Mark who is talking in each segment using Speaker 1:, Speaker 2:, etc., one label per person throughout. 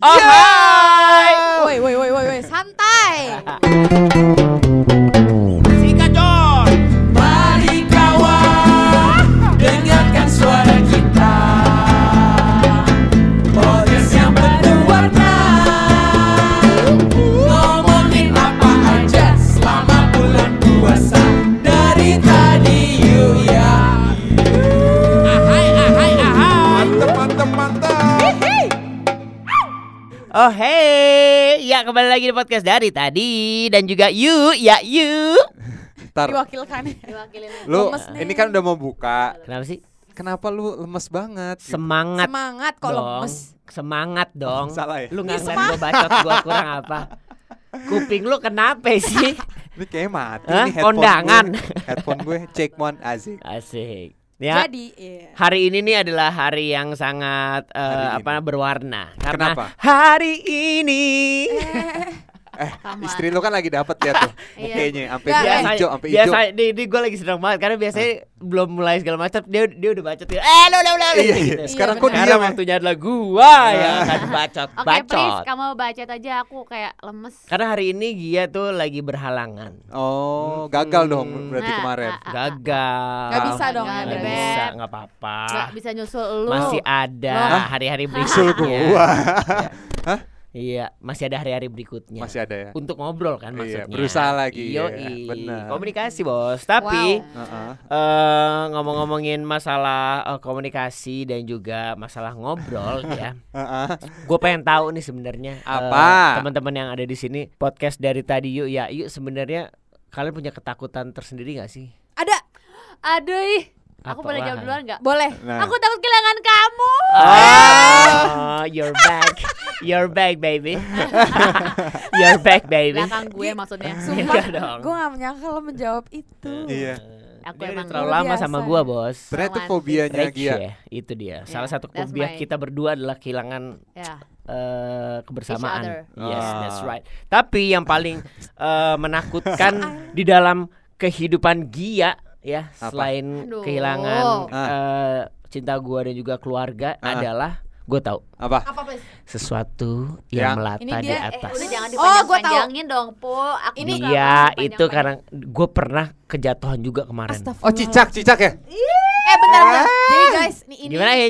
Speaker 1: Oh, hai.
Speaker 2: Woi, woi, woi, woi, woi, santai.
Speaker 1: Si Gacor. Mari kawan, dengarkan suara kita. Podcast yang berwarna. Ngomongin apa aja selama bulan puasa. Dari tadi you ya. Ahai, ahai,
Speaker 2: ah,
Speaker 1: ahai.
Speaker 3: Oh hey, ya kembali lagi di podcast dari tadi dan juga you, ya you.
Speaker 4: Ntar,
Speaker 2: Diwakilkan. Diwakilin.
Speaker 4: lu
Speaker 2: Lemes nih.
Speaker 4: ini kan udah mau buka.
Speaker 3: Kenapa sih?
Speaker 4: Kenapa lu lemes banget?
Speaker 3: Semangat.
Speaker 2: semangat kok
Speaker 3: dong.
Speaker 2: lemes.
Speaker 3: Semangat dong.
Speaker 4: Oh, salah ya?
Speaker 3: Lu nggak
Speaker 2: Ih,
Speaker 3: ngeliat gua bacot gua kurang apa? Kuping lu kenapa sih?
Speaker 4: Ini kayak mati
Speaker 3: Hah?
Speaker 4: nih headphone
Speaker 3: Kondangan.
Speaker 4: gue. Headphone gue check one asik.
Speaker 3: Asik. Ya.
Speaker 2: Jadi, iya.
Speaker 3: Hari ini nih adalah hari yang sangat eh,
Speaker 4: Hari ini.
Speaker 3: apa berwarna karena
Speaker 4: Kenapa?
Speaker 3: hari ini
Speaker 4: Eh,
Speaker 2: Sama.
Speaker 4: istri lu kan lagi dapat ya tuh.
Speaker 2: Iya.
Speaker 4: Mukanya sampai
Speaker 2: Nggak, eh.
Speaker 4: hijau, sampai hijau.
Speaker 3: biasa di, di gue lagi seneng banget karena biasanya belum mulai segala macam dia dia udah bacot gitu. Eh, lo lo lo lo,"
Speaker 4: Iya, iya.
Speaker 3: gitu.
Speaker 4: Sekarang
Speaker 2: Iya,
Speaker 4: kok
Speaker 3: Sekarang
Speaker 4: diam ya? Ah.
Speaker 3: waktunya adalah gua yang akan bacot,
Speaker 5: Oke, please
Speaker 3: bacot.
Speaker 5: kamu bacot aja aku kayak lemes.
Speaker 3: Karena hari ini Gia tuh lagi berhalangan.
Speaker 4: Oh, gagal dong
Speaker 3: Hmm.
Speaker 4: berarti
Speaker 5: Nah,
Speaker 4: kemarin.
Speaker 5: ah, ah.
Speaker 3: Gagal.
Speaker 2: Nggak bisa dong,
Speaker 5: Nggak
Speaker 2: ya,
Speaker 3: Nggak
Speaker 2: Beb.
Speaker 3: bisa, nggak apa-apa.
Speaker 5: Nggak bisa nyusul lu.
Speaker 3: Ah. Masih
Speaker 4: Hah?
Speaker 3: ada hari-hari
Speaker 4: Usul
Speaker 3: berikutnya.
Speaker 4: gua.
Speaker 3: Iya, masih ada hari-hari berikutnya.
Speaker 4: Masih ada ya.
Speaker 3: Untuk ngobrol kan maksudnya.
Speaker 4: Iya, berusaha lagi,
Speaker 3: Iya,
Speaker 4: iya, benar.
Speaker 3: Komunikasi, Bos. Tapi
Speaker 2: Wow.
Speaker 4: Heeh.
Speaker 3: eh ngomong-ngomongin masalah eh, komunikasi dan juga masalah ngobrol ya.
Speaker 4: Heeh.
Speaker 3: Gue pengen tahu nih sebenarnya eh,
Speaker 4: Apa?
Speaker 3: teman-teman yang ada di sini podcast dari tadi yuk ya yuk sebenarnya kalian punya ketakutan tersendiri gak sih?
Speaker 2: Ada,
Speaker 5: Aduh, ih.
Speaker 3: Apa
Speaker 5: aku boleh jawab
Speaker 3: lah?
Speaker 5: duluan nggak?
Speaker 2: boleh.
Speaker 4: Nah.
Speaker 5: Aku takut kehilangan kamu.
Speaker 4: Ah.
Speaker 3: Ah, you're back, you're back baby, you're back baby.
Speaker 5: Belakang gue maksudnya.
Speaker 2: Sumpah,
Speaker 3: Iya dong.
Speaker 2: gue gak menyangka lo menjawab itu.
Speaker 4: Iya.
Speaker 5: Aku
Speaker 3: Dia udah
Speaker 5: emang
Speaker 3: terlalu
Speaker 2: Luar
Speaker 3: lama
Speaker 2: biasa.
Speaker 3: sama gua bos.
Speaker 4: Ternyata itu
Speaker 5: Romantis.
Speaker 4: fobianya
Speaker 3: Rage
Speaker 4: Gia.
Speaker 3: ya, itu dia. Salah
Speaker 5: Yeah,
Speaker 3: satu
Speaker 5: that's
Speaker 3: fobia
Speaker 5: my-
Speaker 3: kita berdua adalah kehilangan
Speaker 5: ya.
Speaker 3: eh,
Speaker 5: other.
Speaker 3: kebersamaan. Yes,
Speaker 4: Ah.
Speaker 3: that's right. Tapi yang paling eh, menakutkan di dalam kehidupan Gia ya,
Speaker 4: Apa?
Speaker 3: selain
Speaker 5: Aduh.
Speaker 3: kehilangan
Speaker 4: Ah.
Speaker 3: eh, cinta gua dan juga keluarga
Speaker 4: Ah.
Speaker 3: adalah gue tahu
Speaker 4: Apa?
Speaker 5: Apa please?
Speaker 3: sesuatu
Speaker 4: Yang-
Speaker 3: yang
Speaker 2: Ini
Speaker 3: melata di
Speaker 2: dia, eh,
Speaker 3: atas. Iya,
Speaker 5: Udah jangan
Speaker 2: Oh, gua tahu.
Speaker 5: dipanjang-panjangin dong, Po. Aku
Speaker 3: Ini
Speaker 5: suka
Speaker 3: iya,
Speaker 5: banget
Speaker 3: itu
Speaker 5: panjang-panjang.
Speaker 3: karena gue pernah kejatuhan juga kemarin.
Speaker 2: Astagfirullah.
Speaker 4: Oh, cicak, Ah. cicak ya?
Speaker 2: Eh, bentar, bentar. Jadi guys, ini, ini
Speaker 3: Gimana ya?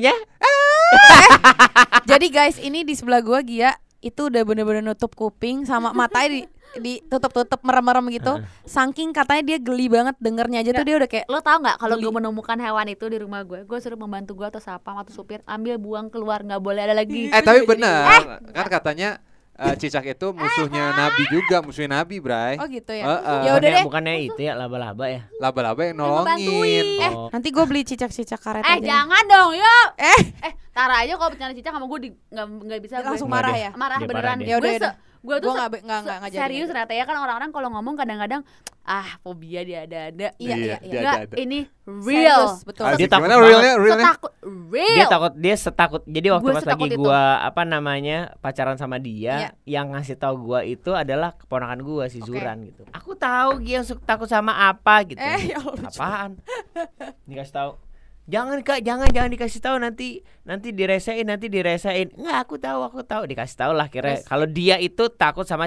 Speaker 2: Jadi guys, ini di sebelah gue Gia itu udah bener-bener nutup kuping sama matanya di ditutup-tutup merem-merem gitu.
Speaker 4: Ah.
Speaker 2: Saking katanya dia geli banget dengernya aja tuh dia udah kayak
Speaker 5: Lo tau nggak kalau gue menemukan hewan itu di rumah gue, gue suruh membantu gue atau siapa atau supir ambil buang keluar nggak boleh ada lagi.
Speaker 4: Eh, tapi benar. Kan katanya eh, cicak itu musuhnya nabi juga, musuhnya nabi, Bray.
Speaker 2: oh gitu ya.
Speaker 4: Heeh.
Speaker 2: Ya udah
Speaker 3: Bukannya-
Speaker 2: deh.
Speaker 3: Bukannya itu ya laba-laba ya. Oh,
Speaker 4: Laba-laba yang
Speaker 5: Yang
Speaker 4: nolongin.
Speaker 5: ngebantuin.
Speaker 2: Eh, nanti gue beli cicak-cicak karet
Speaker 5: Eh
Speaker 2: aja.
Speaker 5: jangan dong, yuk.
Speaker 2: Eh,
Speaker 5: Eh, Tara aja kalau bercanda cicak sama gue di- nggak nggak bisa
Speaker 2: dia
Speaker 5: gue.
Speaker 2: langsung
Speaker 3: Nggak
Speaker 2: marah
Speaker 3: deh.
Speaker 2: ya.
Speaker 5: marah
Speaker 3: Dia
Speaker 5: beneran
Speaker 3: parah deh.
Speaker 5: gue
Speaker 2: Ya udah,
Speaker 5: se-
Speaker 2: ya
Speaker 5: gue
Speaker 2: Gue
Speaker 5: tuh se-
Speaker 2: nggak be- nggak nggak nggak jadi.
Speaker 5: serius ternyata ya kan orang-orang kalau ngomong kadang-kadang ah fobia dia ada ada
Speaker 2: Iya, iya, iya.
Speaker 4: dia
Speaker 5: Enggak,
Speaker 4: ada.
Speaker 5: ini real
Speaker 2: Serius, ya? betul.
Speaker 3: Ah, Dia
Speaker 4: Asik,
Speaker 3: takut
Speaker 4: gimana
Speaker 3: banget.
Speaker 4: realnya? Realnya?
Speaker 5: setakut
Speaker 3: Dia
Speaker 5: real
Speaker 3: takut dia setakut. Jadi waktu
Speaker 5: Iya.
Speaker 3: pas
Speaker 5: Gua
Speaker 3: lagi
Speaker 5: setakut itu. Iya.
Speaker 3: gua apa namanya pacaran sama dia, yang ngasih tahu gua itu adalah keponakan gua si
Speaker 2: Oke.
Speaker 3: Zuran gitu. Aku tahu dia yang suka takut sama apa gitu.
Speaker 2: Eh, ya Allah.
Speaker 3: Apaan? Dikasih tahu. Jangan kak, jangan jangan dikasih tahu nanti nanti diresain nanti diresain. Enggak, aku tahu, aku tahu. Dikasih tahu lah kira. Kalau dia itu takut sama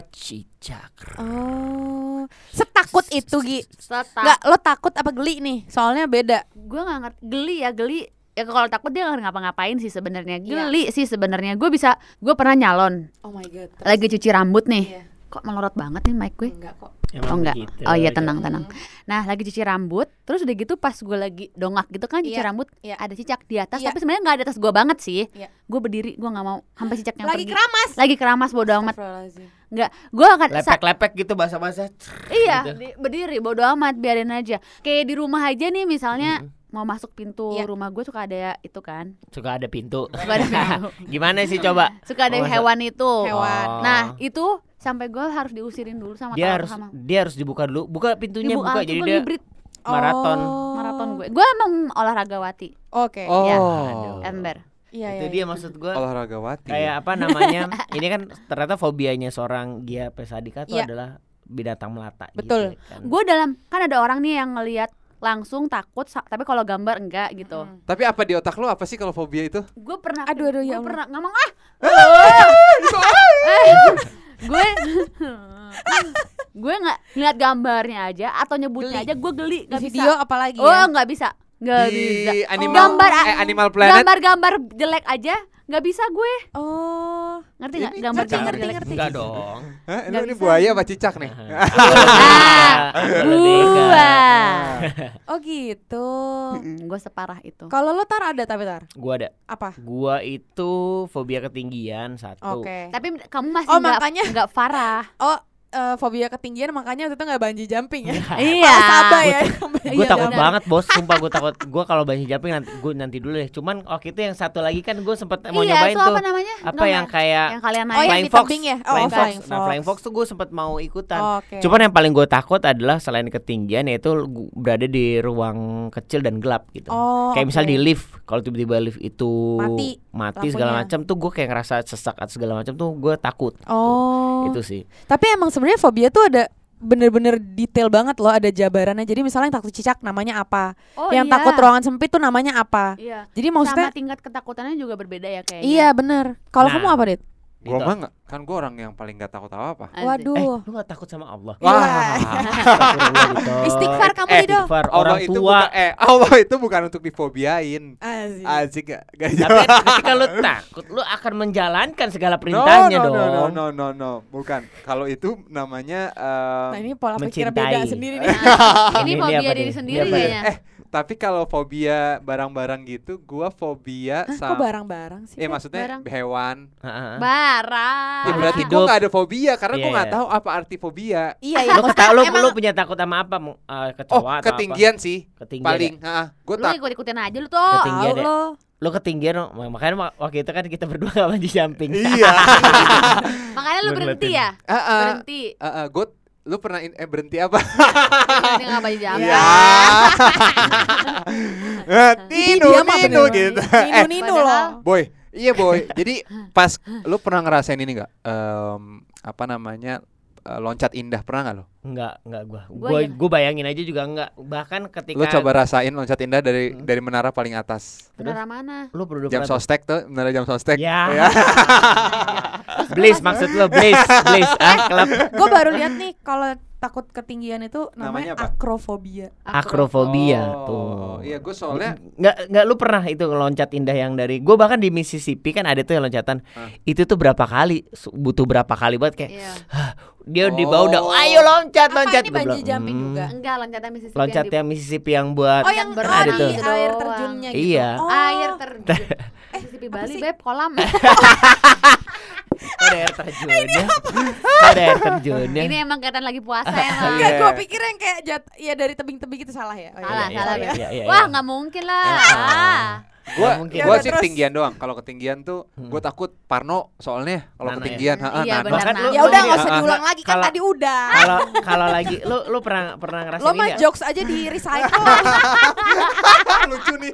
Speaker 3: cicak.
Speaker 2: Oh, setakut itu Gi.
Speaker 5: setak
Speaker 2: Enggak, lo takut apa geli nih? Soalnya beda.
Speaker 5: gue nggak ngerti geli ya geli ya kalau takut dia nggak ngapa-ngapain sih sebenarnya
Speaker 2: Iya.
Speaker 5: geli sih sebenarnya gue bisa gue pernah nyalon
Speaker 2: Oh my god.
Speaker 5: lagi cuci rambut nih
Speaker 2: Iya. Hmm.
Speaker 5: kok melorot banget nih mic gue
Speaker 2: Enggak kok.
Speaker 3: Emang gitu.
Speaker 5: Oh enggak.
Speaker 3: begitu.
Speaker 5: Oh iya tenang tenang. Nah lagi cuci rambut, terus udah gitu pas gue lagi dongak gitu kan cuci
Speaker 2: Iya,
Speaker 5: rambut,
Speaker 2: iya.
Speaker 5: ada cicak di atas,
Speaker 2: Iya.
Speaker 5: tapi sebenarnya nggak di atas gue banget sih.
Speaker 2: Iya.
Speaker 5: Gue berdiri, gue nggak mau sampai cicaknya
Speaker 2: Lagi
Speaker 5: pergi.
Speaker 2: keramas.
Speaker 5: Lagi keramas bodo amat.
Speaker 2: Astagfirullahaladzim.
Speaker 5: Enggak, gue akan sa-
Speaker 3: Lepek-lepek gitu bahasa-bahasa.
Speaker 5: iya
Speaker 3: gitu.
Speaker 5: di- berdiri bodo amat biarin aja. Kayak di rumah aja nih misalnya mau masuk pintu
Speaker 2: Iya.
Speaker 5: rumah gue suka ada itu kan,
Speaker 3: Suka ada pintu.
Speaker 5: suka ada pintu.
Speaker 3: Oh, Gimana sih coba?
Speaker 5: suka ada
Speaker 3: Oh, masa-
Speaker 5: hewan itu.
Speaker 2: Hewan.
Speaker 3: Oh.
Speaker 5: Nah itu sampai gue harus diusirin dulu sama
Speaker 3: dia
Speaker 5: Tara
Speaker 3: harus
Speaker 5: sama
Speaker 3: dia harus dibuka dulu. Buka pintunya,
Speaker 5: Ibu
Speaker 3: buka,
Speaker 5: Al,
Speaker 3: jadi
Speaker 5: gua
Speaker 3: dia
Speaker 5: ngibrit
Speaker 3: maraton.
Speaker 2: Oh,
Speaker 5: maraton gue. Gue emang olahragawati.
Speaker 2: Oke.
Speaker 4: Oh,
Speaker 5: Iya.
Speaker 3: Aduh.
Speaker 5: Ember.
Speaker 2: Iya,
Speaker 3: Itu
Speaker 2: iya,
Speaker 3: dia
Speaker 2: iya.
Speaker 3: maksud gua.
Speaker 4: olahragawati.
Speaker 3: Kayak apa namanya? ini kan ternyata fobianya seorang Gia Pesadika itu
Speaker 2: Iya.
Speaker 3: adalah binatang melata
Speaker 2: Betul.
Speaker 3: gitu kan.
Speaker 5: Gue dalam kan ada orang nih yang ngelihat langsung takut, sa- tapi kalau gambar enggak gitu.
Speaker 2: Mm.
Speaker 4: Tapi apa di otak lu apa sih kalau fobia itu?
Speaker 5: Gue pernah,
Speaker 2: Aduh, aduh, ya
Speaker 5: gue
Speaker 2: Allah. eh,
Speaker 5: pernah ngomong ah,
Speaker 4: Itu
Speaker 5: ngeliat gambarnya aja atau nyebutnya
Speaker 2: Geli.
Speaker 5: aja gue geli
Speaker 2: Di
Speaker 5: nggak bisa
Speaker 2: video apalagi ya.
Speaker 5: oh nggak bisa nggak
Speaker 4: Di
Speaker 5: bisa
Speaker 4: Animal-
Speaker 5: gambar
Speaker 2: ah.
Speaker 4: eh, Animal Planet.
Speaker 5: gambar-gambar jelek aja nggak bisa gue
Speaker 2: Oh.
Speaker 5: ngerti nggak
Speaker 4: Ini
Speaker 5: gambar
Speaker 4: cicak.
Speaker 5: gambar
Speaker 2: Ngerti,
Speaker 5: jelek
Speaker 2: ngerti.
Speaker 3: Enggak dong.
Speaker 4: Hah,
Speaker 5: Nggak
Speaker 4: lu ini
Speaker 5: bisa.
Speaker 4: buaya apa cicak nih?
Speaker 5: ah
Speaker 3: Gua.
Speaker 5: gua
Speaker 2: Oh gitu.
Speaker 5: gue separah itu
Speaker 2: Kalau lo tar ada tapi tar
Speaker 3: Gua ada.
Speaker 2: apa?
Speaker 3: Gua itu fobia ketinggian satu.
Speaker 2: Oke.
Speaker 5: tapi kamu masih
Speaker 2: Oh,
Speaker 5: nggak
Speaker 2: makanya.
Speaker 5: nggak parah
Speaker 2: Oh, eh, fobia ketinggian makanya waktu itu nggak banji jumping ya.
Speaker 3: Oh,
Speaker 5: Iya.
Speaker 2: Malah sabar ya.
Speaker 3: Gue
Speaker 2: Iya,
Speaker 3: takut
Speaker 2: benar.
Speaker 3: banget bos, sumpah gue takut Gue kalau banjir jumping nanti, gue nanti dulu deh Cuman waktu itu yang satu lagi kan gue sempet mau
Speaker 5: iya
Speaker 3: nyobain
Speaker 5: itu
Speaker 3: tuh
Speaker 5: apa namanya
Speaker 3: Apa yang kayak
Speaker 5: yang kalian
Speaker 2: Oh,
Speaker 5: naik
Speaker 2: yang
Speaker 3: Flying
Speaker 2: di
Speaker 3: Fox.
Speaker 2: tebing ya? Oh,
Speaker 3: Flying Fox.
Speaker 2: Flying
Speaker 3: Nah,
Speaker 2: Fox. Oh,
Speaker 3: Flying Fox tuh gue sempet mau ikutan.
Speaker 2: Oke.
Speaker 3: Cuman yang paling gue takut adalah selain ketinggian yaitu gu- berada di ruang kecil dan gelap gitu.
Speaker 2: Oh,
Speaker 3: kayak misal
Speaker 2: oke.
Speaker 3: di lift, kalau tiba-tiba lift itu
Speaker 2: Mati
Speaker 3: mati segala
Speaker 2: lampunya.
Speaker 3: macam tuh gue kayak ngerasa sesak atau segala macam tuh gue takut. gitu.
Speaker 2: Oh.
Speaker 3: Itu sih.
Speaker 2: Tapi emang sebenarnya fobia tuh ada bener-bener detail banget loh ada jabarannya. Jadi misalnya yang takut cicak namanya apa?
Speaker 5: Oh,
Speaker 2: yang
Speaker 5: iya.
Speaker 2: takut ruangan sempit tuh namanya apa?
Speaker 5: iya
Speaker 2: Jadi maksudnya
Speaker 5: sama tingkat ketakutannya juga berbeda ya kayaknya
Speaker 2: Iya bener. Kalau
Speaker 3: Nah.
Speaker 2: kamu apa dit?
Speaker 4: Gua
Speaker 3: Gitu.
Speaker 4: mah nggak- kan gue orang yang paling gak takut apa-apa.
Speaker 3: Eh,
Speaker 5: Anjing.
Speaker 2: Waduh.
Speaker 3: lu gak takut sama Allah?
Speaker 2: Iya.
Speaker 4: Wah.
Speaker 3: Astagfirullah, gitu.
Speaker 2: Istighfar kamu
Speaker 4: eh,
Speaker 2: Dido.
Speaker 3: Istighfar
Speaker 4: Allah
Speaker 3: orang
Speaker 4: itu
Speaker 3: tua.
Speaker 4: bukan, eh Allah itu bukan untuk difobiain.
Speaker 2: Asik.
Speaker 4: Asik gak, gak
Speaker 3: Tapi kan
Speaker 4: jawab.
Speaker 3: ketika lu takut, lu akan menjalankan segala perintahnya
Speaker 4: no, no,
Speaker 3: dong.
Speaker 4: No, no, no, no, no. bukan. Kalau itu namanya eh,
Speaker 2: Nah ini pola pikir
Speaker 3: Mencintai.
Speaker 2: beda sendiri nih.
Speaker 5: Nah, ini
Speaker 3: Ini
Speaker 5: fobia
Speaker 3: apa nih?
Speaker 5: diri sendiri
Speaker 3: Ini apa nih?
Speaker 5: kayaknya
Speaker 4: eh tapi kalau fobia barang-barang gitu, gua fobia
Speaker 2: Hah, Kok
Speaker 4: sama
Speaker 2: barang-barang sih?
Speaker 3: Iya.
Speaker 4: eh
Speaker 2: Ah.
Speaker 4: maksudnya
Speaker 5: barang?
Speaker 4: hewan.
Speaker 2: Eh.
Speaker 3: Heeh.
Speaker 5: Barang.
Speaker 4: Ya, berarti
Speaker 3: hidup.
Speaker 4: gua nggak ada fobia karena gua
Speaker 3: Iya,
Speaker 4: nggak
Speaker 3: iya.
Speaker 4: tahu apa arti fobia.
Speaker 2: Iya ya.
Speaker 3: Lu, kan keta- lu,
Speaker 2: emang-
Speaker 3: lu punya takut sama apa? Mu- eh, kecoa
Speaker 4: Oh,
Speaker 3: atau apa?
Speaker 4: ketinggian sih.
Speaker 3: Ketinggian. ya?
Speaker 4: Paling, heeh. Gua
Speaker 5: Lu
Speaker 4: tak
Speaker 5: ikut-ikutin aja lu tuh.
Speaker 3: Keting- tinggi
Speaker 2: Tahu
Speaker 3: ada.
Speaker 2: lo.
Speaker 3: lu ketinggian oh, mak- makanya mak- waktu itu kan kita berdua gak mandi jumping
Speaker 4: Iya.
Speaker 5: Makanya lu
Speaker 3: Lu
Speaker 5: berhenti
Speaker 3: ngeliatin.
Speaker 5: ya?
Speaker 2: Eh.
Speaker 4: Heeh.
Speaker 5: Berhenti.
Speaker 4: Heeh, gua lu pernah in- eh berhenti apa?
Speaker 5: Ini enggak baju jam.
Speaker 4: Iya. Nino,
Speaker 2: Dia mah
Speaker 4: Nino
Speaker 2: bener.
Speaker 4: gitu.
Speaker 3: Eh,
Speaker 2: Nino Nino lo.
Speaker 5: Padahal-
Speaker 4: Boy, iya boy. Jadi pas lu pernah ngerasain ini nggak? Em, apa namanya eh, loncat indah pernah nggak lo?
Speaker 3: enggak enggak gua
Speaker 5: Gua
Speaker 3: gua
Speaker 2: ya.
Speaker 5: iya.
Speaker 3: gua bayangin aja juga enggak bahkan ketika
Speaker 4: Lu coba rasain loncat indah dari
Speaker 3: Hmm.
Speaker 4: dari menara paling atas.
Speaker 5: Menara mana?
Speaker 3: lu perlu
Speaker 4: Jam sostek tuh, menara jam sostek.
Speaker 3: ya
Speaker 4: Ya.
Speaker 3: bliss maksud lu bliss bliss ah klub
Speaker 2: Gue baru lihat nih kalau takut ketinggian itu
Speaker 4: Namanya
Speaker 2: namanya,
Speaker 4: apa?
Speaker 2: akrofobia.
Speaker 3: akrofobia
Speaker 4: Oh,
Speaker 3: tuh
Speaker 4: Iya, gue soalnya
Speaker 3: nggak nggak lu pernah itu loncat indah yang dari gua bahkan di Mississippi kan ada tuh yang loncatan
Speaker 4: Hah.
Speaker 3: itu tuh berapa kali su- butuh berapa kali banget kayak
Speaker 5: Iya.
Speaker 3: dia di
Speaker 4: Oh.
Speaker 3: bawah udah ayo loncat
Speaker 2: Apa
Speaker 3: loncat
Speaker 2: ini
Speaker 3: Gua
Speaker 2: banji
Speaker 3: bilang,
Speaker 2: jumping
Speaker 3: "Hmm,
Speaker 2: juga?
Speaker 5: Enggak loncatan Mississippi.
Speaker 3: loncat
Speaker 5: yang
Speaker 3: yang Mississippi yang buat
Speaker 2: Oh yang
Speaker 5: Yang
Speaker 2: oh,
Speaker 3: berenang
Speaker 2: di
Speaker 3: gitu.
Speaker 2: air
Speaker 5: doang.
Speaker 2: terjunnya gitu.
Speaker 3: Iya.
Speaker 2: Oh, Eh,
Speaker 5: di- air terjun. Mississippi
Speaker 2: apa
Speaker 5: Bali
Speaker 2: sih?
Speaker 5: beb kolam.
Speaker 3: ada air terjunnya ada air terjunnya
Speaker 5: Ini emang kelihatan lagi puasa emang.
Speaker 2: Enggak,
Speaker 4: Iya.
Speaker 2: gue pikir yang kayak jat, ya dari tebing-tebing itu salah ya. Oh, iya.
Speaker 5: Salah,
Speaker 3: Iya,
Speaker 5: salah
Speaker 3: iya,
Speaker 5: beb.
Speaker 3: iya, iya,
Speaker 5: Wah,
Speaker 3: iya.
Speaker 5: enggak mungkin lah. Ah.
Speaker 4: gue
Speaker 3: Nggak mungkin.
Speaker 4: gua
Speaker 2: Ya,
Speaker 4: sih
Speaker 2: terus.
Speaker 4: ketinggian doang. Kalau ketinggian tuh gue takut parno soalnya kalau
Speaker 3: Nano ya?
Speaker 4: ketinggian, heeh,
Speaker 5: Iya,
Speaker 4: nano.
Speaker 5: benar.
Speaker 3: Bahkan
Speaker 5: Nana.
Speaker 3: lu-
Speaker 2: Ya
Speaker 3: lu
Speaker 2: udah
Speaker 3: ini-
Speaker 2: nggak usah
Speaker 3: ah, ah.
Speaker 2: diulang lagi kan
Speaker 3: Kalau-
Speaker 2: tadi udah.
Speaker 3: kalau kalau lagi lu lu pernah pernah ngerasain
Speaker 2: Lo
Speaker 3: ini
Speaker 2: mah
Speaker 3: nggak?
Speaker 2: jokes aja di recycle lah.
Speaker 4: Lucu nih.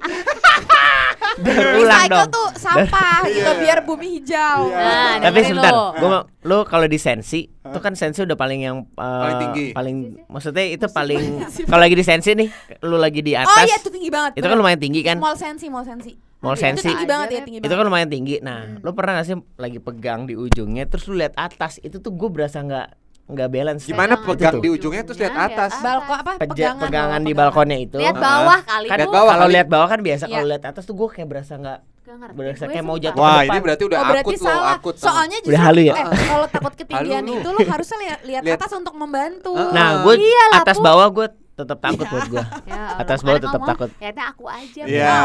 Speaker 3: Daur ulang
Speaker 2: recycle
Speaker 3: dong.
Speaker 2: tuh sampah gitu
Speaker 4: Iya.
Speaker 2: biar bumi hijau.
Speaker 4: Iya.
Speaker 5: Nah,
Speaker 3: Tapi
Speaker 5: dengerin
Speaker 3: sebentar,
Speaker 5: lu.
Speaker 3: gua mau- lu kalau di sensi tuh kan sensi udah paling yang eh,
Speaker 4: Paling tinggi.
Speaker 3: paling maksudnya itu paling kalau lagi di sensi nih, lu lagi di atas.
Speaker 2: Oh iya itu tinggi banget.
Speaker 3: itu kan
Speaker 2: bener.
Speaker 3: lumayan tinggi kan?
Speaker 2: Mall sensi, mall sensi.
Speaker 3: Mall
Speaker 2: Itu
Speaker 3: sensi.
Speaker 2: tinggi banget ya, tinggi
Speaker 3: Itu
Speaker 2: banget. Hmm.
Speaker 3: kan lumayan tinggi. Nah, lu pernah gak sih lagi pegang di ujungnya terus lu lihat atas, itu tuh gue berasa nggak nggak balance.
Speaker 4: Gimana
Speaker 5: Pegangan
Speaker 4: pegang
Speaker 3: tuh.
Speaker 4: di ujungnya terus lihat
Speaker 5: Ujungnya,
Speaker 4: atas?
Speaker 5: lihat
Speaker 2: Balkon apa?
Speaker 3: Peja-
Speaker 2: pegangan.
Speaker 3: pegangan,
Speaker 2: oh,
Speaker 3: di balkonnya itu.
Speaker 5: Nah, ya. Lihat
Speaker 4: Ah.
Speaker 5: bawah kali.
Speaker 3: Kan
Speaker 4: Lihat
Speaker 5: Bu.
Speaker 4: bawah
Speaker 3: kalau
Speaker 4: kali.
Speaker 3: lihat bawah kan biasa, kalau
Speaker 2: Iya.
Speaker 3: lihat atas tuh gue kayak berasa nggak
Speaker 5: Nggak ngerti
Speaker 3: berasa
Speaker 5: gue
Speaker 3: kayak mau
Speaker 5: sumpah.
Speaker 3: jatuh.
Speaker 4: Wah,
Speaker 3: ke
Speaker 4: ini
Speaker 3: depan.
Speaker 4: berarti udah
Speaker 2: Oh berarti
Speaker 4: akut lo,
Speaker 2: salah.
Speaker 4: akut. sama.
Speaker 2: Soalnya justru
Speaker 3: Udah halu ya?
Speaker 2: eh, kalau takut ketinggian
Speaker 4: Halu lu.
Speaker 2: itu lo harusnya lihat, lihat
Speaker 4: Lihat.
Speaker 2: atas untuk membantu.
Speaker 4: Heeh.
Speaker 3: Nah, gue atas bawah gue tetap takut buat gue.
Speaker 5: Ya Allah,
Speaker 3: Atas bawah
Speaker 5: makanya
Speaker 3: tetap
Speaker 5: ngomong,
Speaker 3: takut.
Speaker 5: Kayaknya aku aja. Bu.
Speaker 4: Iya.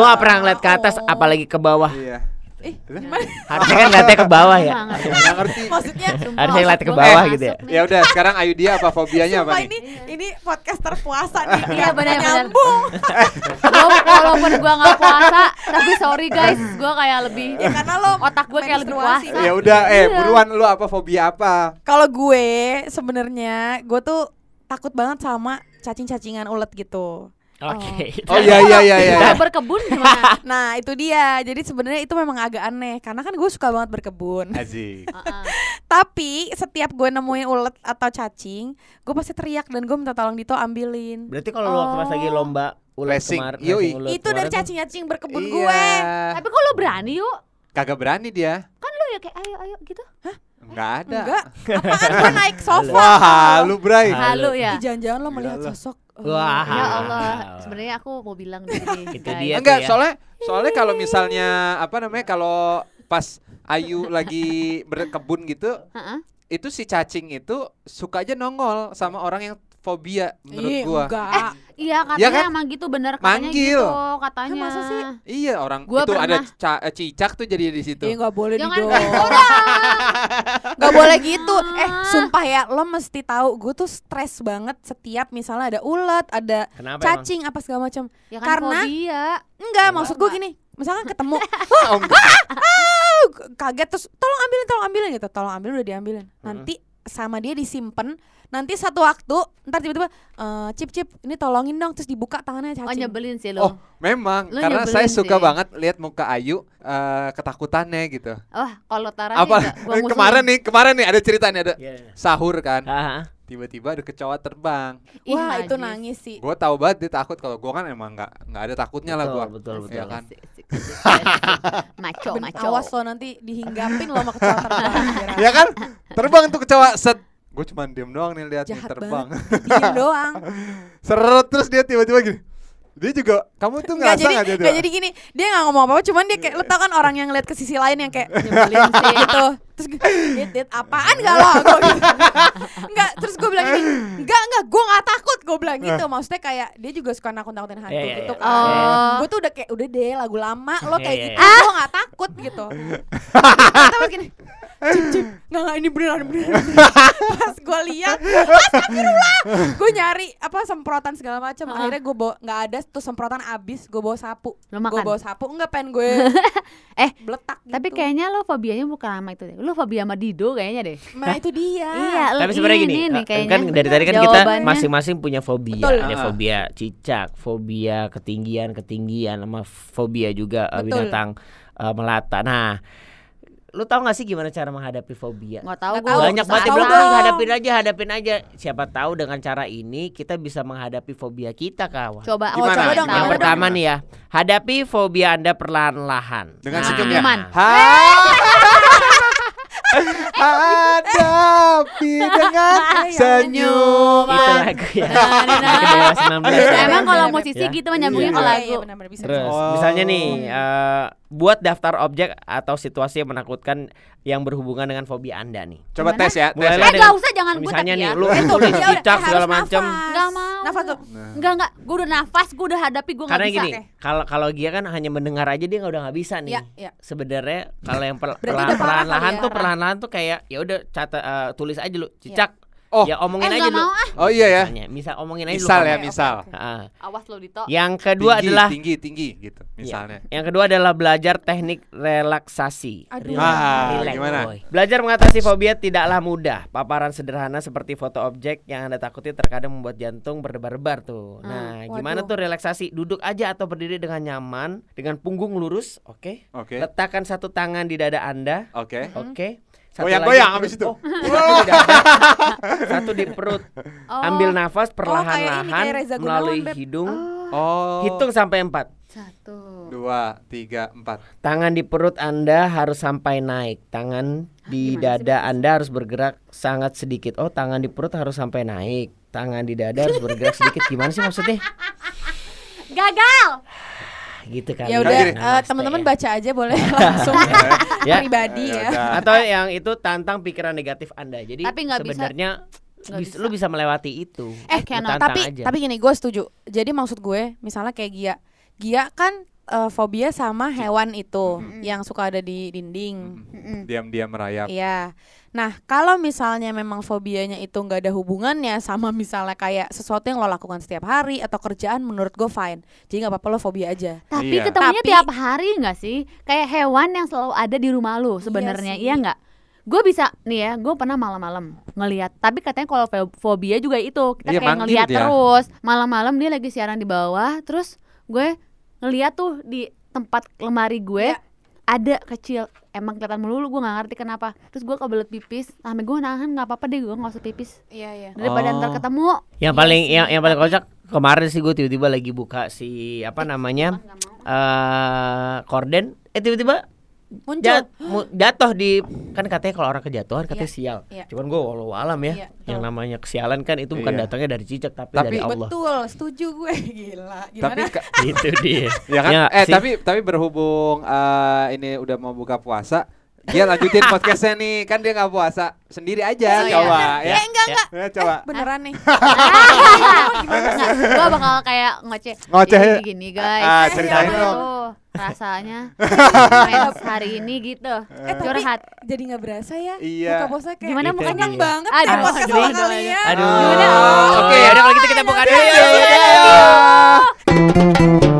Speaker 3: Gue gak pernah ngeliat ke atas,
Speaker 2: Oh.
Speaker 3: apalagi ke bawah.
Speaker 4: Iya.
Speaker 2: Ih, gimana?
Speaker 3: Harusnya kan ngeliatnya ke bawah ya.
Speaker 5: Nggak ngerti.
Speaker 4: Nggak ngerti.
Speaker 2: Maksudnya
Speaker 3: Harusnya
Speaker 5: Masuk
Speaker 3: ngeliat ke
Speaker 5: gua
Speaker 3: bawah
Speaker 5: nggak
Speaker 3: gitu ya.
Speaker 5: masuk nih.
Speaker 4: Ya udah, sekarang Ayu dia apa fobianya
Speaker 2: Sumpah
Speaker 4: apa nih?
Speaker 2: ini ini podcast terpuasa nih.
Speaker 5: Iya, benar, benar.
Speaker 2: Nyambung.
Speaker 5: Gua- walaupun gua nggak puasa tapi sorry guys gua kayak lebih
Speaker 2: Ya karena lo
Speaker 5: Otak gua kayak lebih
Speaker 2: menstruasi.
Speaker 5: puasa.
Speaker 4: Ya udah, eh
Speaker 5: Iya.
Speaker 4: buruan lu apa fobia apa?
Speaker 2: Kalau gue sebenarnya gue tuh takut banget sama cacing-cacingan ulet gitu.
Speaker 3: Oke.
Speaker 4: Oh iya iya iya iya.
Speaker 5: Kalau berkebun gimana
Speaker 2: Nah itu dia. Jadi sebenarnya itu memang agak aneh karena kan gue suka banget berkebun.
Speaker 4: Aji.
Speaker 5: Heeh.
Speaker 2: Tapi setiap gue nemuin ulet atau cacing, gue pasti teriak dan gue minta tolong Dito ambilin.
Speaker 3: Berarti kalau lu waktu pas lagi lomba ulet
Speaker 4: Racing,
Speaker 3: kemar-
Speaker 4: yoi.
Speaker 3: racing ulet
Speaker 2: itu dari
Speaker 3: kemarin tuh,
Speaker 2: cacing-cacing berkebun
Speaker 4: Iya.
Speaker 2: gue.
Speaker 5: tapi kok lo berani yuk
Speaker 4: Kagak berani dia.
Speaker 5: kan lo ya kayak ayo ayo gitu
Speaker 4: Enggak, Nggak ada.
Speaker 2: Enggak. Apaan gue naik sofa?
Speaker 4: Wah, lu Bray.
Speaker 5: Halu ya.
Speaker 2: Ih, Jangan-jangan lo melihat
Speaker 4: Gila lo.
Speaker 2: sosok. eh,
Speaker 3: Wah.
Speaker 5: Ya Allah, sebenarnya aku mau bilang deh.
Speaker 3: Itu dia.
Speaker 4: Enggak,
Speaker 3: ya.
Speaker 4: soalnya soalnya kalau misalnya apa namanya kalau pas Ayu lagi berkebun gitu,
Speaker 5: Heeh.
Speaker 4: itu si cacing itu suka aja nongol sama orang yang fobia menurut
Speaker 2: Ih,
Speaker 4: gua.
Speaker 2: enggak.
Speaker 5: Iya
Speaker 4: Iya
Speaker 5: katanya
Speaker 4: kan?
Speaker 5: emang gitu bener katanya
Speaker 4: Manggil. Ya,
Speaker 5: gitu katanya.
Speaker 2: masa sih?
Speaker 4: Iya, orang
Speaker 5: Gua
Speaker 4: itu ada
Speaker 5: pernah- Iya,
Speaker 4: ca- eh, cicak tuh jadi di situ.
Speaker 2: Ih, enggak boleh
Speaker 5: Jangan
Speaker 2: dong.
Speaker 5: orang.
Speaker 2: Gak boleh gitu. Eh, sumpah ya, lo mesti tahu gue tuh stres banget setiap misalnya ada ulat, ada
Speaker 3: Kenapa emang?
Speaker 2: cacing apa segala macam.
Speaker 5: Ya kan
Speaker 2: Karena-
Speaker 5: fobia.
Speaker 2: Enggak, maksud gue gini, misalkan ketemu, ah,
Speaker 4: Oh, enggak.
Speaker 2: "Au," kaget terus tolong ambilin, tolong ambilin gitu, tolong ambilin udah diambilin. Nanti sama dia disimpan, nanti satu waktu ntar tiba-tiba "Eh, cip cip ini tolongin dong terus dibuka tangannya
Speaker 5: Oh
Speaker 2: cacing.
Speaker 5: nyebelin sih
Speaker 4: Oh,
Speaker 5: lo.
Speaker 4: memang
Speaker 5: Lu
Speaker 4: karena saya
Speaker 5: nyebelin
Speaker 4: suka
Speaker 5: sih.
Speaker 4: banget lihat muka Ayu eh, ketakutannya gitu.
Speaker 5: Wah Oh, kalau Tara
Speaker 4: apa Eh,
Speaker 5: sih gua musuhin.
Speaker 4: kemarin nih, kemarin nih ada cerita nih ada
Speaker 3: Iya.
Speaker 4: sahur kan.
Speaker 3: Haha.
Speaker 4: Tiba-tiba ada kecoa terbang.
Speaker 5: Ih,
Speaker 2: Wah, itu
Speaker 5: najis.
Speaker 2: nangis sih.
Speaker 4: Gue tahu banget dia takut kalau gua kan emang nggak nggak ada takutnya lah
Speaker 3: Betul,
Speaker 4: gua.
Speaker 3: betul,
Speaker 4: Iya
Speaker 3: betul.
Speaker 4: kan?
Speaker 5: Asik, asik, asik, asik. Maco,
Speaker 2: Ben-
Speaker 5: maco.
Speaker 2: Awas lo nanti dihinggapin lo sama kecoa terbang. Ira.
Speaker 4: ya kan? Terbang tuh kecoa set. Gue cuman diem doang nih lihat nih
Speaker 2: Jahat
Speaker 4: terbang.
Speaker 2: Diem doang.
Speaker 4: Seret terus dia tiba-tiba gini. Dia juga kamu tuh
Speaker 2: Nggak
Speaker 4: ngerasa
Speaker 2: jadi,
Speaker 4: nggak dia
Speaker 2: nggak
Speaker 4: tuh?
Speaker 2: jadi gini. Dia nggak ngomong apa-apa, cuman dia kayak lo tau kan orang yang ngeliat ke sisi lain yang kayak nyebelin sih gitu. Terus gue, dit, dit, apaan gak lo? Gua gitu. Nggak, terus gue bilang gini, nggak, nggak, gue nggak takut. Gue bilang
Speaker 4: Nah.
Speaker 2: gitu, maksudnya kayak dia juga suka nakut-nakutin hantu
Speaker 3: Iya, iya,
Speaker 2: gitu
Speaker 3: iya.
Speaker 2: kan.
Speaker 5: Oh.
Speaker 2: Gue tuh udah kayak, udah deh lagu lama, lo
Speaker 3: Iya,
Speaker 2: kayak
Speaker 3: iya,
Speaker 2: gitu, gue nggak takut gitu. Tapi gini, cip, cip, nggak, nggak, ini beneran, beneran. Pas gue lihat, astagfirullah. Gue nyari apa semprotan segala macam.
Speaker 5: Ah.
Speaker 2: Akhirnya gue bawa nggak ada tuh semprotan abis. Gue bawa sapu.
Speaker 5: Lo
Speaker 2: Gue
Speaker 5: makan?
Speaker 2: bawa sapu enggak pengen gue
Speaker 5: Eh,
Speaker 2: beletak gitu.
Speaker 5: Tapi kayaknya lo fobianya bukan sama itu deh. Lo fobia sama Dido kayaknya deh.
Speaker 2: Nah itu dia.
Speaker 5: Iya, lo
Speaker 3: Tapi sebenarnya gini,
Speaker 5: ini nih
Speaker 3: eh,
Speaker 5: kayaknya.
Speaker 3: kan dari tadi kan kita
Speaker 5: Jawabannya.
Speaker 3: masing-masing punya fobia,
Speaker 2: Betul.
Speaker 3: ada
Speaker 4: Ah.
Speaker 3: fobia cicak, fobia ketinggian, ketinggian, sama fobia juga eh,
Speaker 2: Betul.
Speaker 3: binatang eh, melata. Nah, lu tahu gak sih gimana cara menghadapi fobia?
Speaker 5: nggak tahu
Speaker 2: Nggak
Speaker 5: gue.
Speaker 2: tahu.
Speaker 3: Banyak banget yang
Speaker 2: Tahu
Speaker 3: bilang
Speaker 2: dong.
Speaker 3: "Ah, hadapin aja, hadapin aja. Siapa tahu dengan cara ini kita bisa menghadapi fobia kita, kawan.
Speaker 5: Coba,
Speaker 4: Gimana?
Speaker 5: oh, coba dong.
Speaker 3: Yang
Speaker 4: Yang
Speaker 5: coba dong.
Speaker 3: pertama nih ya, hadapi fobia Anda perlahan-lahan.
Speaker 4: Dengan
Speaker 3: Nah.
Speaker 4: senyumnya.
Speaker 5: senyuman.
Speaker 4: Hadapi dengan
Speaker 3: Itu
Speaker 4: senyuman.
Speaker 3: lagu ya.
Speaker 5: Nah, nah, nah.
Speaker 3: Lagu 19 ya.
Speaker 5: Emang kalau
Speaker 2: Iya.
Speaker 5: musisi
Speaker 3: Iya.
Speaker 5: gitu menyambungin
Speaker 4: Iya.
Speaker 5: ke lagu.
Speaker 2: benar bisa.
Speaker 3: Terus,
Speaker 4: Oh.
Speaker 3: misalnya nih, eh, buat daftar objek atau situasi yang menakutkan yang berhubungan dengan fobia Anda nih.
Speaker 4: Coba
Speaker 5: Gimana?
Speaker 4: tes ya, tes
Speaker 3: Mulai
Speaker 4: ya.
Speaker 5: Eh
Speaker 3: Ada-
Speaker 5: gak usah jangan gue
Speaker 3: Misalnya
Speaker 5: tapi
Speaker 3: nih,
Speaker 5: ya.
Speaker 3: lu
Speaker 2: Itu
Speaker 3: tulis
Speaker 2: Eh, dia udah,
Speaker 3: cicak
Speaker 2: harus
Speaker 3: segala
Speaker 2: nafas.
Speaker 3: macam.
Speaker 5: Gak mau. Iya,
Speaker 2: Nafas tuh.
Speaker 5: Enggak enggak, gue udah nafas, gue udah hadapi, gue gak
Speaker 3: Karena
Speaker 5: bisa.
Speaker 3: gini, kalau kalau dia kan hanya mendengar aja dia nggak udah nggak bisa nih.
Speaker 2: Iya, iya.
Speaker 3: Sebenarnya kalau yang perla- perlahan-
Speaker 2: Berarti udah parah kali
Speaker 3: perlahan-lahan
Speaker 2: ya.
Speaker 3: tuh perlahan-lahan tuh kayak ya udah cata eh, tulis aja lu cicak.
Speaker 4: Oh.
Speaker 3: Ya omongin
Speaker 5: Eh
Speaker 3: aja
Speaker 5: gak
Speaker 3: lu.
Speaker 5: mau ah,
Speaker 4: Oh iya ya.
Speaker 3: Misalnya, misal omongin aja
Speaker 4: Misal
Speaker 3: lu.
Speaker 4: ya,
Speaker 2: Oke,
Speaker 4: misal.
Speaker 2: oke, oke.
Speaker 3: Heeh.
Speaker 5: awas lo Dito.
Speaker 3: Yang kedua
Speaker 4: Tinggi,
Speaker 3: adalah
Speaker 4: tinggi, tinggi gitu misalnya.
Speaker 3: Iya. Yang kedua adalah belajar teknik relaksasi.
Speaker 2: Aduh.
Speaker 3: Relax,
Speaker 4: Ah,
Speaker 3: relax,
Speaker 4: gimana?
Speaker 3: boy. Belajar mengatasi fobia tidaklah mudah. Paparan sederhana seperti foto objek yang Anda takuti terkadang membuat jantung berdebar-debar tuh. Nah,
Speaker 2: Ah, waduh.
Speaker 3: gimana tuh relaksasi? Duduk aja atau berdiri dengan nyaman dengan punggung lurus, oke?
Speaker 4: Oke.
Speaker 3: Letakkan satu tangan di dada Anda,
Speaker 4: Oke.
Speaker 2: Hmm?
Speaker 3: oke? Satu lagi di
Speaker 4: Goyang-goyang abis itu.
Speaker 3: perut. Oh, satu di dada, satu di perut.
Speaker 5: Oh,
Speaker 3: Ambil nafas
Speaker 2: Oh, kayak ini, kayak
Speaker 3: perlahan-lahan
Speaker 2: Reza Gunawan,
Speaker 3: melalui
Speaker 2: Beb.
Speaker 3: hidung.
Speaker 4: Oh.
Speaker 3: Hitung sampai empat.
Speaker 5: Satu.
Speaker 4: Dua, tiga, empat.
Speaker 3: Tangan di perut Anda harus sampai naik. Tangan
Speaker 2: Ah,
Speaker 3: di dada Anda harus bergerak sangat sedikit. Oh, tangan di perut harus sampai naik. Tangan di dada harus bergerak sedikit. Gimana sih maksudnya?
Speaker 5: Gagal.
Speaker 3: Gitu kan.
Speaker 2: Ya udah,
Speaker 4: gini.
Speaker 2: eh, teman-teman baca aja boleh langsung
Speaker 3: Nah, Ya.
Speaker 2: pribadi ya.
Speaker 4: udah.
Speaker 3: Atau yang itu tantang pikiran negatif Anda. Jadi
Speaker 5: Tapi nggak bisa.
Speaker 3: sebenarnya
Speaker 5: Nggak
Speaker 3: bis-
Speaker 5: bisa.
Speaker 3: lu bisa melewati itu.
Speaker 2: Eh,
Speaker 3: Lu
Speaker 5: cannot.
Speaker 3: tantang
Speaker 2: tapi
Speaker 3: aja.
Speaker 2: tapi gini gue setuju jadi maksud gue misalnya kayak Gia Gia kan eh, fobia sama
Speaker 3: Iya.
Speaker 2: hewan itu yang suka ada di dinding
Speaker 4: Diam-diam merayap.
Speaker 2: Iya. Nah, kalau misalnya memang fobianya itu nggak ada hubungannya sama misalnya kayak sesuatu yang lo lakukan setiap hari atau kerjaan, menurut gue fine. Jadi nggak apa-apa lo fobia aja.
Speaker 5: Tapi
Speaker 4: Iya.
Speaker 5: ketemunya
Speaker 2: Tapi-
Speaker 5: tiap hari nggak sih? Kayak hewan yang selalu ada di rumah lu sebenarnya,
Speaker 2: sih.
Speaker 5: iya nggak? Gue bisa nih ya, gue pernah malam-malam ngelihat. Tapi katanya kalau fo- fobia juga itu kita
Speaker 4: Iya,
Speaker 5: kayak
Speaker 4: manggil
Speaker 5: ngelihat
Speaker 4: dia.
Speaker 5: terus. Malam-malam dia lagi siaran di bawah, terus gue ngelihat tuh di tempat lemari gue
Speaker 2: Iya.
Speaker 5: ada kecil. Emang kelihatan melulu, gue nggak ngerti kenapa. Terus gue kebelet pipis, sampai gue nahan nggak apa-apa deh, gue nggak usah pipis
Speaker 2: Iya, iya.
Speaker 5: daripada
Speaker 4: Oh.
Speaker 5: ntar ketemu.
Speaker 3: Yang paling yang, yang paling kocak kemarin sih gue tiba-tiba lagi buka si apa namanya eh korden eh tiba-tiba
Speaker 2: muncul
Speaker 3: jat- mu- jatuh di kan katanya kalau orang kejatuhan katanya
Speaker 2: Iya,
Speaker 3: sial.
Speaker 2: iya.
Speaker 3: Cuman gue walau alam ya,
Speaker 2: Iya,
Speaker 3: yang
Speaker 2: betul.
Speaker 3: namanya kesialan kan itu bukan
Speaker 4: Iya.
Speaker 3: datangnya dari cicak tapi,
Speaker 4: Tapi-
Speaker 3: dari Allah.
Speaker 2: betul setuju gue gila
Speaker 4: Tapi
Speaker 2: gimana
Speaker 4: ka-
Speaker 3: Itu dia.
Speaker 4: ya kan?
Speaker 3: nggak
Speaker 4: eh
Speaker 3: sih?
Speaker 4: tapi tapi berhubung eh, ini udah mau buka puasa, dia lanjutin podcastnya nih. Kan dia nggak puasa sendiri aja
Speaker 5: Oh, iya,
Speaker 4: coba
Speaker 3: bener.
Speaker 4: ya.
Speaker 2: eh enggak
Speaker 3: ya.
Speaker 2: enggak
Speaker 4: Ya, coba.
Speaker 2: beneran nih
Speaker 5: Nggak, Ah, gua bakal kayak ngoceh.
Speaker 4: Ngoceh.
Speaker 5: Jadi gini guys.
Speaker 4: Ah,
Speaker 2: ceritain
Speaker 5: Gimana
Speaker 4: dong.
Speaker 5: tuh rasanya mens hari ini gitu.
Speaker 2: eh tapi
Speaker 5: Curhat.
Speaker 2: jadi nggak berasa ya
Speaker 4: Iya.
Speaker 2: buka puasa kayak
Speaker 5: Gimana
Speaker 3: Gitu
Speaker 5: mukanya?
Speaker 2: seneng banget
Speaker 5: Aduh,
Speaker 2: ya podcast
Speaker 5: aduh,
Speaker 2: sama
Speaker 5: aduh,
Speaker 2: kalian
Speaker 3: Aduh.
Speaker 4: Gimana?
Speaker 3: Oke, ada kalau gitu kita buka dulu.
Speaker 4: Dadah.